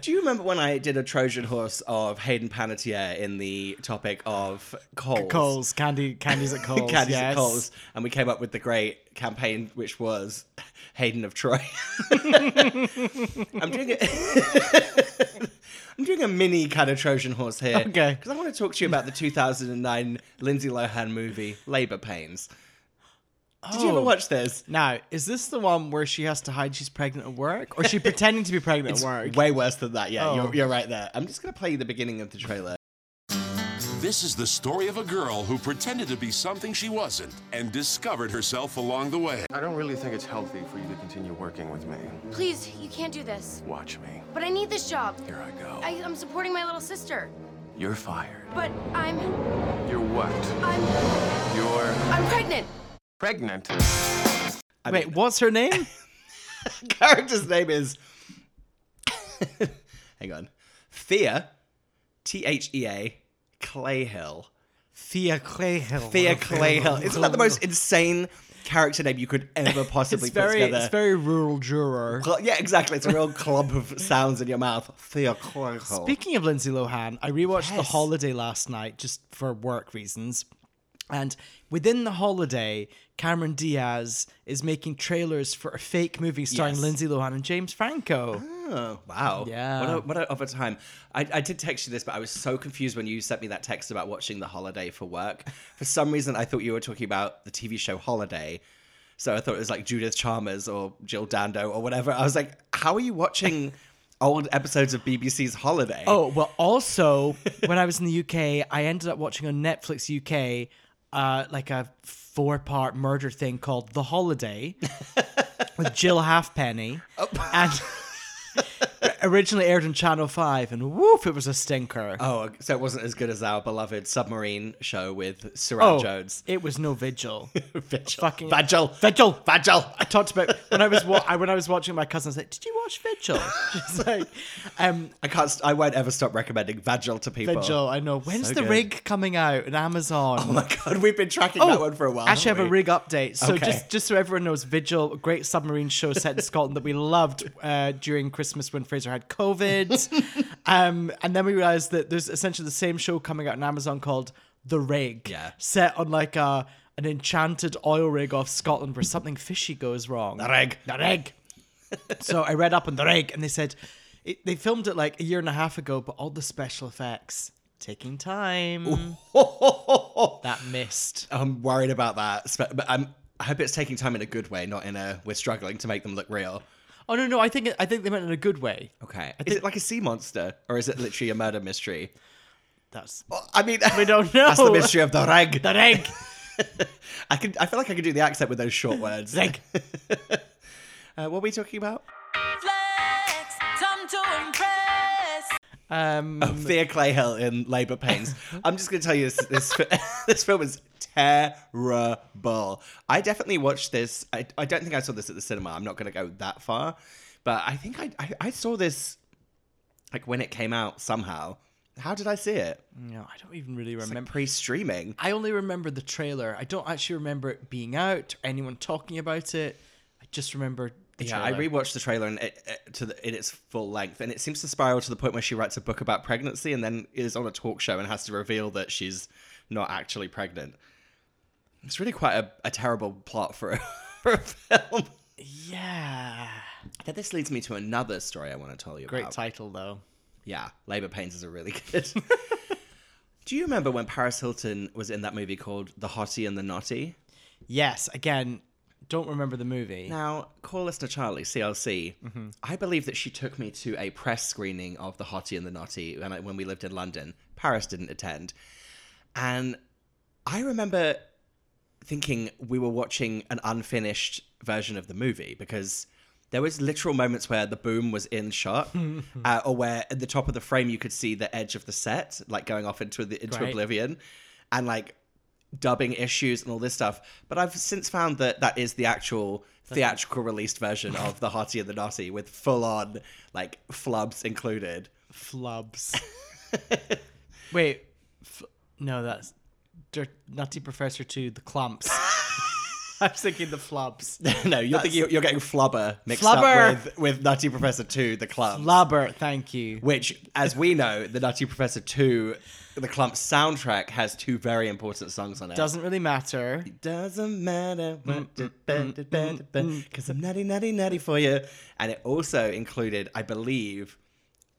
*laughs* Do you remember when I did a Trojan horse of Hayden Panettiere in the topic of coals? Coles, candy, candies *laughs* at Coles. Candies yes. at Coles, and we came up with the great campaign, which was *laughs* Hayden of Troy. I'm doing a, *laughs* I'm doing a mini kind of Trojan horse here, Okay. Because I want to talk to you about the 2009 Lindsay Lohan movie Labor Pains. Did you ever Oh. watch this? Now, is this the one where she has to hide she's pregnant at work? Or *laughs* is she pretending to be pregnant at work? Way worse than that. Yeah, Oh. you're, you're right there. I'm just gonna play you the beginning of the trailer. This is the story of a girl who pretended to be something she wasn't and discovered herself along the way. I don't really think it's healthy for you to continue working with me. Please, you can't do this. Watch me. But I need this job. Here I go. I, I'm supporting my little sister. You're fired. But I'm. You're what? I'm. You're I'm pregnant. pregnant. Wait, what's her name? *laughs* Character's name is. *laughs* Hang on. Thea, T H E A, Clayhill. *laughs* Thea Clayhill. Thea Clayhill. Isn't that the *laughs* most insane character name you could ever possibly It's very, put together? it's very rural juror. Cl- yeah, exactly. It's a real clump of sounds in your mouth. Thea Clayhill. Speaking of Lindsay Lohan, I rewatched The Yes. Holiday last night just for work reasons. And within The Holiday, Cameron Diaz is making trailers for a fake movie starring Yes. Lindsay Lohan and *gasps* James Franco. Oh, wow. Yeah. What a, what a, of a time. I, I did text you this, but I was so confused when you sent me that text about watching The Holiday for work. For some reason, I thought you were talking about the TV show Holiday. So I thought it was like Judith Chalmers or Jill Dando or whatever. I was like, how are you *laughs* watching old episodes of BBC's Holiday? Oh, well, also, when I was in the UK, I ended up watching on Netflix UK uh, like a four part murder thing called The Holiday *laughs* with Jill Halfpenny. Oh. And *laughs* originally aired on Channel 5, and woof, it was a stinker. Oh, so it wasn't as good as our beloved submarine show with Sarah Jones. *laughs* Oh, It was no vigil. Vigil. Fucking Vigil. Vigil. Vigil. I talked about when I was wa- I, when I was watching my cousin. I was like, "Did you watch Vigil?" *laughs* She's like, um, I can't. St- I won't ever stop recommending Vigil to people. "Vigil." I know. When's So the good. rig coming out on Amazon? Oh my god, we've been tracking that one for a while. Oh, Actually, I have a haven't we? rig update. So Okay. just just so everyone knows, Vigil, a great submarine show set in Scotland that *laughs* we loved uh, during Christmas when Fraser had COVID, um, and then we realized that there's essentially the same show coming out on Amazon called The Rig, Yeah. set on like a an enchanted oil rig off Scotland where something fishy goes wrong. The rig. *laughs* The rig. so I read up on the rig, and they said it, they filmed it like a year and a half ago, but all the special effects taking time. That missed. *laughs* I'm worried about that. spe- But I'm, I hope it's taking time in a good way, not in a we're struggling to make them look real. Oh no, no, I think I think they meant in a good way. Okay. Is it like a sea monster or is it literally a murder mystery? *laughs* That's *laughs* Well, I *laughs* mean, We don't know. That's the mystery of the reg. the egg. *laughs* I can. I feel like I can do the accent with those short words. *laughs* Zeg. Uh, what were we talking about? Flex, time to impress. Um, Thea Clayhill in Labour Pains. I'm just going to tell you this this, fi- *laughs* this film is terrible. I definitely watched this. I, I don't think I saw this at the cinema. I'm not going to go that far, but I think I, I I saw this like when it came out somehow. How did I see it? no, I don't even really It's like remember. pre-streaming. I only remember the trailer. I don't actually remember it being out or anyone talking about it. I just remember. The Yeah, I trailer. rewatched the trailer and it, it, to the, in its full length, and it seems to spiral to the point where she writes a book about pregnancy and then is on a talk show and has to reveal that she's not actually pregnant. It's really quite a, a terrible plot for a, *laughs* for a film. Yeah. But this leads me to another story I want to tell you Great about. title though. Yeah, Labour Pains is a really *laughs* good. Do you remember when Paris Hilton was in that movie called The Hottie and the Naughty? Yes. Again, don't remember the movie. Now, call listener Charlie, CLC. I believe that she took me to a press screening of The Hottie and the Naughty when, I, when we lived in London. Paris didn't attend. And I remember thinking we were watching an unfinished version of the movie because there was literal moments where the boom was in shot uh, or where at the top of the frame you could see the edge of the set like going off into the, into Right. oblivion and like dubbing issues and all this stuff but i've since found that that is the actual theatrical released version of the hearty and the naughty with full on like flubs included Flubs. Wait. F- no, that's Dirt- Nutty Professor Two. *laughs* The clumps. *laughs* I was thinking the flubs. *laughs* no you're thinking you're, you're getting flubber mixed Flubber! up with, with nutty professor 2 the club Flubber. Thank you. Which, as we know, the Nutty Professor 2, the Clump soundtrack has two very important songs on it. Mm, Doesn't really matter. Doesn't matter what mm, because I'm nutty, nutty, nutty for you. And it also included, I believe,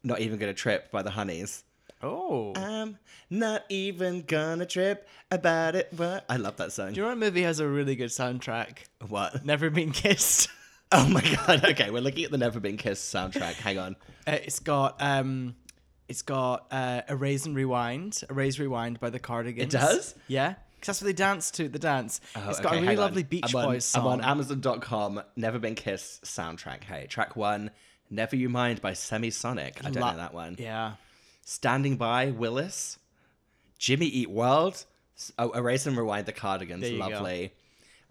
Not Even Gonna Trip by the Honeys. Oh. I'm not even gonna trip about it. What? I love that song. Do you know what movie has a really good soundtrack? what? Never Been Kissed. *laughs* Oh my god. Okay, we're looking at the Never Been Kissed soundtrack. Hang on. Uh, it's got um, it's got uh, Erase and Rewind, Erase Rewind by the Cardigans. does? yeah, 'Cause that's what they dance to. The dance. Oh, it's got okay, a really hang on. lovely Beach I'm on- Boys song. I'm on Amazon.com, Never Been Kissed soundtrack. Hey, track one, Never You Mind by Semisonic. I don't Lo- know that one. Yeah, Standing by Willis, Jimmy Eat World, S- oh, Erase and Rewind the Cardigans, There you go. lovely.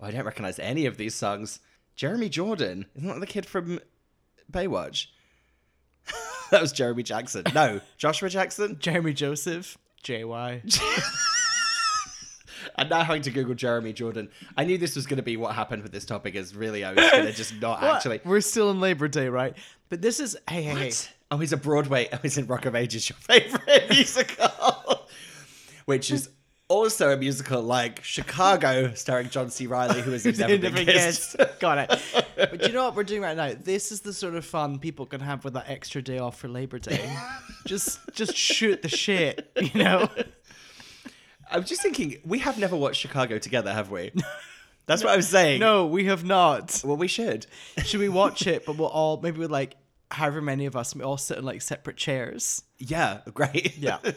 Oh, I don't recognize any of these songs. Jeremy Jordan, isn't that the kid from Baywatch? *laughs* that was Jeremy Jackson. *laughs* No, Joshua Jackson. Jeremy Joseph, JY. I'm now having to Google Jeremy Jordan. I knew this was going to be what happened with this topic. Is really I was going to just not *laughs* What? actually. We're still in Labor Day, right? But this is hey hey hey. Oh, he's a Broadway. Oh, he's in Rock of Ages, your favorite *laughs* musical, which is also a musical like Chicago, starring John C. Riley, who *laughs* has never been kissed. *laughs* Got it. But you know what we're doing right now? This is the sort of fun people can have with that extra day off for Labor Day. *laughs* just just shoot the shit, you know? I was just thinking, we have never watched Chicago together, have we? That's what I was saying. No, we have not. Well, we should. Should we watch it? But we'll all maybe we're like however many of us we all sit in like separate chairs. Yeah, great. Yeah. *laughs*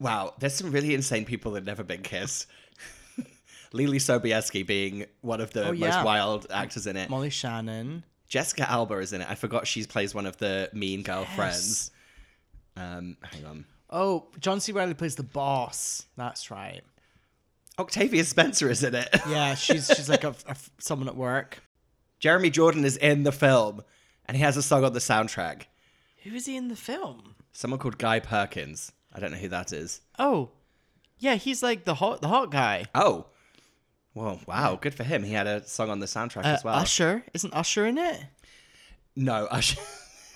Wow, there's some really insane people that have never been kissed. *laughs* Lily Sobieski being one of the Oh, most yeah. wild actors in it. Molly Shannon. Jessica Alba is in it. I forgot she plays one of the mean girl friends. Um, hang on. Oh, John C. Riley plays the boss. That's right. Octavia Spencer is in it. *laughs* Yeah, she's she's like a, a- someone at work. Jeremy Jordan is in the film, and he has a song on the soundtrack. Who is he in the film? Someone called Guy Perkins. I don't know who that is. Oh, yeah, he's like the hot the hot guy. Oh, well, wow, good for him. He had a song on the soundtrack Uh, as well. Usher isn't Usher in it? No, Usher.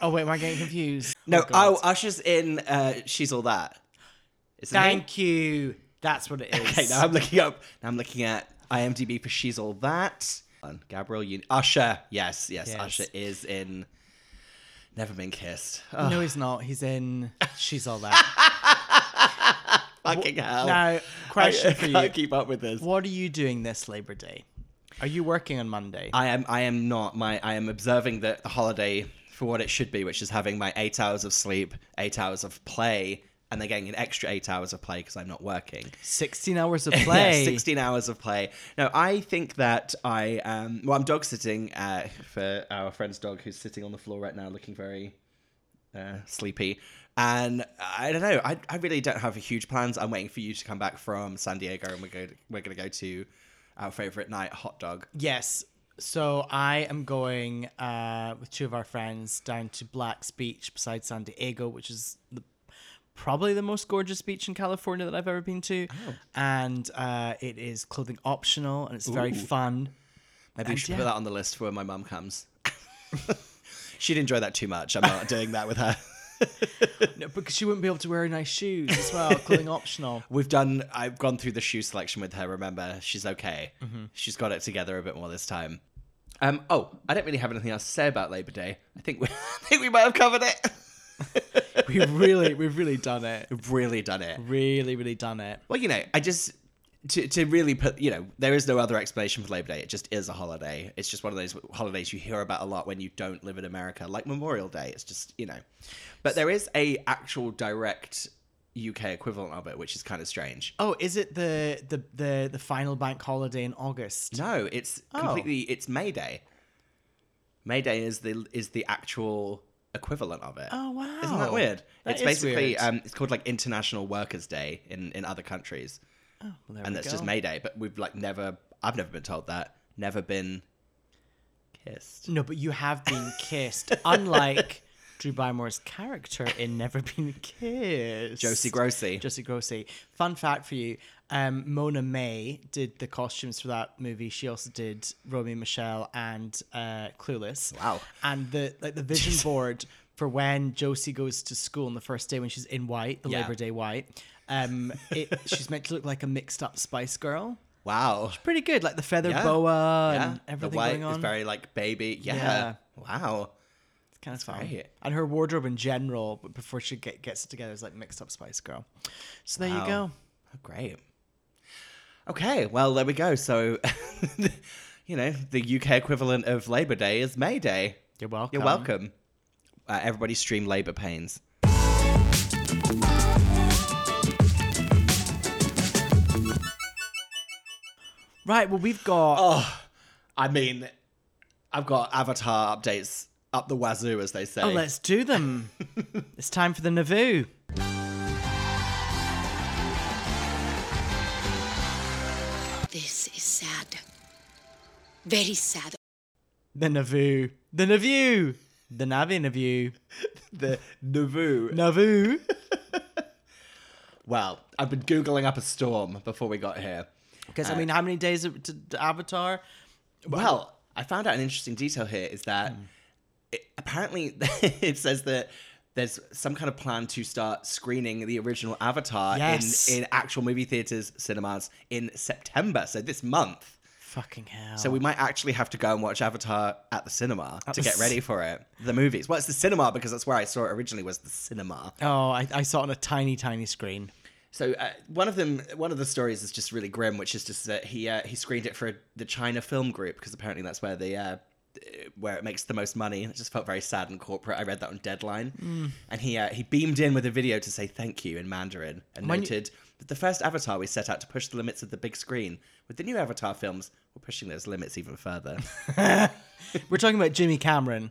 Oh wait, am I getting confused? No, God. oh, Usher's in. Uh, She's all that. Isn't he? Thank you. That's what it is. Okay, now I'm looking up. Now I'm looking at IMDb for She's All That. Hold on, Gabrielle Union. Usher. Yes, yes, Yes. Usher is in Never Been Kissed. *laughs* Oh, No, he's not. He's in. She's all *laughs* that. Fucking hell. now, Oh. I, question I for can't you: keep up with this. What are you doing this Labor Day? Are you working on Monday? I am I am not my I am observing the, the holiday for what it should be, which is having my eight hours of sleep, eight hours of play, and then getting an extra eight hours of play because I'm not working. Sixteen hours *laughs* of Yeah, play. 16 hours of play. No, I think that I um well I'm dog sitting uh, for our friend's dog who's sitting on the floor right now looking very uh, sleepy. And I don't know. I, I really don't have huge plans. I'm waiting for you to come back from San Diego and we're going to, we're going to go to our favorite night, hot dog. Yes. So I am going uh, with two of our friends down to Black's Beach beside San Diego, which is the, probably the most gorgeous beach in California that I've ever been to. Oh. And uh, it is clothing optional and it's very fun. Maybe we And should yeah. put that on the list for when my mum comes. *laughs* She'd enjoy that too much. I'm not doing that with her. No, because she wouldn't be able to wear nice shoes as *laughs* well. clothing optional. We've done. I've gone through the shoe selection with her. Remember, she's okay. She's got it together a bit more this time. Um. Oh, I don't really have anything else to say about Labor Day. I think we. *laughs* I think we might have covered it. We've really, we've really done it. We've really done it. Really, really done it. Well, you know, I just to to really put. You know, there is no other explanation for Labor Day. It just is a holiday. It's just one of those holidays you hear about a lot when you don't live in America, like Memorial Day. It's just you know, but there is a actual direct UK equivalent of it, which is kind of strange. Oh, is it the the the, the final bank holiday in August? No, it's Oh. completely it's May Day. May Day is the is the actual equivalent of it. Oh, wow. Isn't that weird? That it's is basically weird. um it's called like International Workers Day in in other countries. Well, there and we that's just go. May Day, but we've like never I've never been told that. Never been kissed. No, but you have been kissed, *laughs* unlike Drew Barrymore's character in Never Been Kissed. Josie Grossi. Josie Grossi. Fun fact for you um, Mona May did the costumes for that movie. She also did Romeo and Michelle and uh, Clueless. Wow. And the like the *laughs* vision board for when Josie goes to school on the first day when she's in white, the Yeah. Labor Day white. Um, *laughs* it, she's meant to look like a mixed up Spice Girl. Wow. Pretty good, like the feather Yeah. boa Yeah. and everything the white going on. is very like baby. Yeah. Yeah. Wow. kind of fun. great. And her wardrobe in general, b- before she get, gets it together, is like mixed up Spice Girl. So there you go. Great. Okay, well there we go. So, *laughs* you know, the UK equivalent of Labor Day is May Day. You're welcome. You're welcome. Uh, everybody stream Labor Pains. Right. Well, we've got Oh, I mean, I've got Avatar updates up the wazoo, as they say. Oh, let's *laughs* do them. it's time for the Navoo. This is sad. Very sad. The Navoo. The Navoo. The Navi Navoo. the Navoo. Navoo. well, I've been googling up a storm before we got here. Because, I mean, how many days of- to to Avatar? Well, I found out an interesting detail here is that Hmm. it, apparently *laughs* it says that there's some kind of plan to start screening the original Avatar Yes. in, in actual movie theaters, cinemas in September, so this month. Fucking hell. So we might actually have to go and watch Avatar at the cinema Oh. At to the get ready s- for it. The movies. Well, it's the cinema because that's where I saw it originally was the cinema. Oh, I, I saw it on a tiny, tiny screen. So uh, one of them, one of the stories is just really grim, which is just that he uh, he screened it for the China Film Group because apparently that's where the uh, where it makes the most money. It just felt very sad and corporate. I read that on Deadline, Mm. and he uh, he beamed in with a video to say thank you in Mandarin and When you- noted that the first Avatar we set out to push the limits of the big screen. With the new Avatar films, we're pushing those limits even further. We're talking about Jimmy Cameron.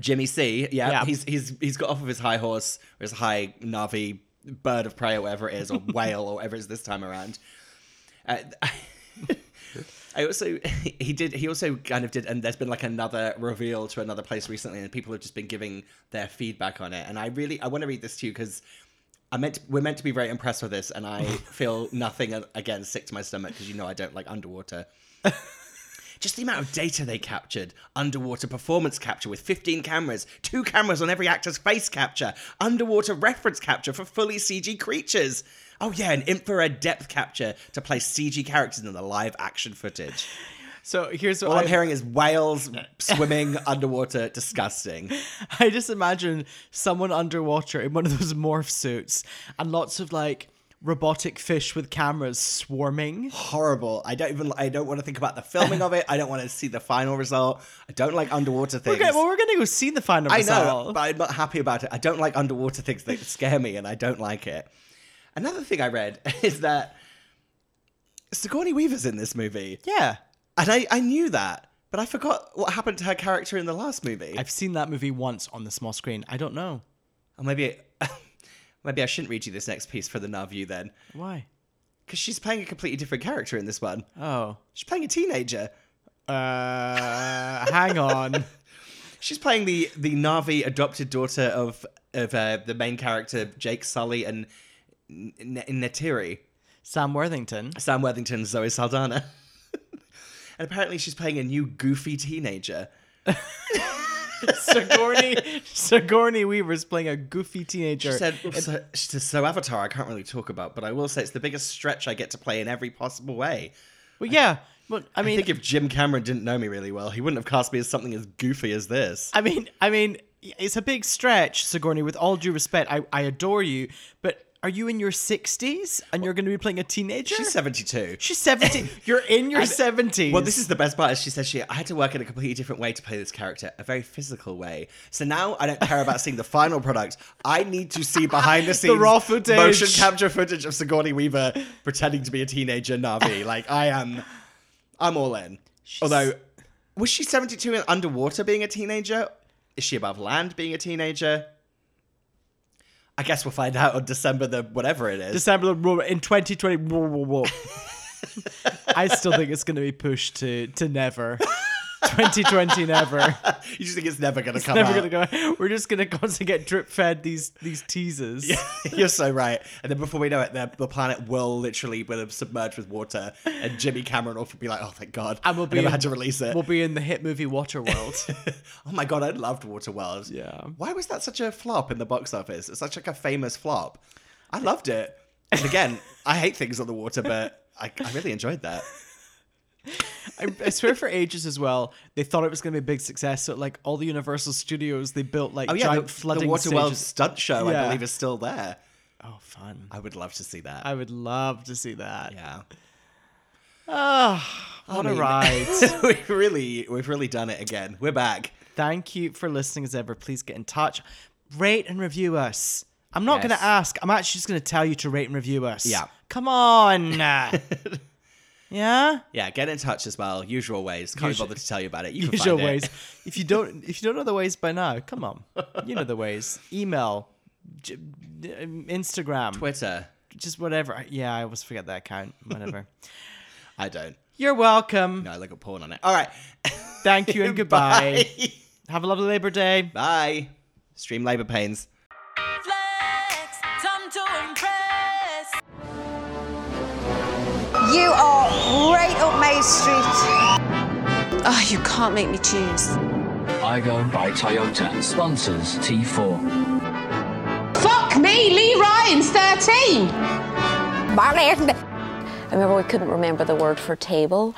Jimmy C. Yeah, Yeah. he's he's he's got off of his high horse, or his high Navi bird of prey, or whatever it is, or whale, or whatever it is this time around. Uh, *laughs* I also *laughs* he did he also kind of did, and there's been like another reveal to another place recently, and people have just been giving their feedback on it. And I really I want to read this to you because. I meant to- we're meant to be very impressed with this, and I feel nothing uh, again sick to my stomach because you know I don't like underwater. Just the amount of data they captured underwater performance capture with 15 cameras, two cameras on every actor's face capture, underwater reference capture for fully CG creatures. Oh, yeah, and infrared depth capture to place CG characters in the live action footage. So here's what All I'm I- hearing is *laughs* whales swimming underwater, disgusting. I just imagine someone underwater in one of those morph suits and lots of like robotic fish with *gasps* cameras swarming. Horrible. I don't even. I don't want to think about the filming of it. I don't want to see the final result. I don't like underwater things. Okay, well, we're going to go see the final I result. know, but I'm not happy about it. I don't like underwater things that scare me, and I don't like it. Another thing I read *laughs* is that Sigourney Weaver's in this movie. Yeah. And I, I knew that, but I forgot what happened to her character in the last movie. I've seen that movie once on the small screen. I don't know. Or maybe, *laughs* maybe I shouldn't read you this next piece for the Navu then, Why? because she's playing a completely different character in this one. Oh. She's playing a teenager. Uh, *laughs* hang on. She's playing the the Navi adopted daughter of of uh, the main character Jake Sully and N- N- Netiri. *laughs* Sam Worthington. Sam Worthington, Zoe Saldana. *laughs* and apparently she's playing a new goofy teenager. Sigourney, *laughs* Sigourney Weaver's playing a goofy She teenager. said, so, she said, so Avatar, I can't really talk about, but I will say it's the biggest stretch I get to play in every possible way. well, yeah. Well, I mean, I think if Jim Cameron didn't know me really well, he wouldn't have cast me as something as goofy as this. I mean, I mean, it's a big stretch, Sigourney. With all due respect, I, I adore you, but are you in your sixties and you're going to be playing a teenager? She's 72. She's *laughs* seventeen. you're in your And- seventies. Well, this is the best part. Is she says she I had to work in a completely different way to play this character, a very physical way. So now I don't care about seeing the final product. I need to *laughs* see behind the scenes raw footage. motion capture footage of Sigourney Weaver pretending to be a teenager *laughs* Navi. like I am, I'm all in. Although, was she 72 and underwater being a teenager? Is she above land being a teenager? I guess we'll find out on December the whatever it is. December the- in twenty twenty. *laughs* I still think it's going to be pushed to to never. *laughs* 2020 never. you just think it's never going to It's come never out. gonna go. We're just gonna constantly get drip fed these these teasers. *laughs* You're so right. And then before we know it, the, the planet will literally will have submerged with water, and Jimmy Cameron will be like, "Oh, thank God!" And we'll I be never in- had to release it. We'll be in the hit movie Waterworld. *laughs* oh my God, I loved Waterworld. Yeah. Why was that such a flop in the box office? It's such like a famous flop. I loved it. And again, *laughs* I hate things on the water, but I, I really enjoyed *laughs* that. I, I swear for ages as well, they thought it was going to be a big success. So like all the Universal Studios, they built like Oh yeah, giant the, flooding the Waterworld stages. stunt show, I Yeah. believe, is still there. Oh, fun! I would love to see that. I would love to see that. yeah. Ah, what a mean- ride! *laughs* we've really, we've really done it again. We're back. Thank you for listening as ever. Please get in touch, rate and review us. I'm not going Yes. *laughs* to ask. I'm actually just going to tell you to rate and review us. Yeah. Come on. Yeah. Yeah, get in touch as well. Usual ways. Can't be Usual- bothered to tell you about it. *laughs* You can usual find ways. It. If you don't, if you don't know the ways by now, come on, you know the ways. Email, j- um, Instagram, Twitter, just whatever. Yeah, I always forget that account. Whatever. *laughs* I don't. You're welcome. No, I look at porn on it. All right. *laughs* Thank you and goodbye. Have a lovely Labor Day. Bye. Stream labor pains. Time to impress. You are right up my street. Oh, you can't make me choose. I go by Toyota sponsors T4. Fuck me, Lee Ryan's 13. I remember we couldn't remember the word for table.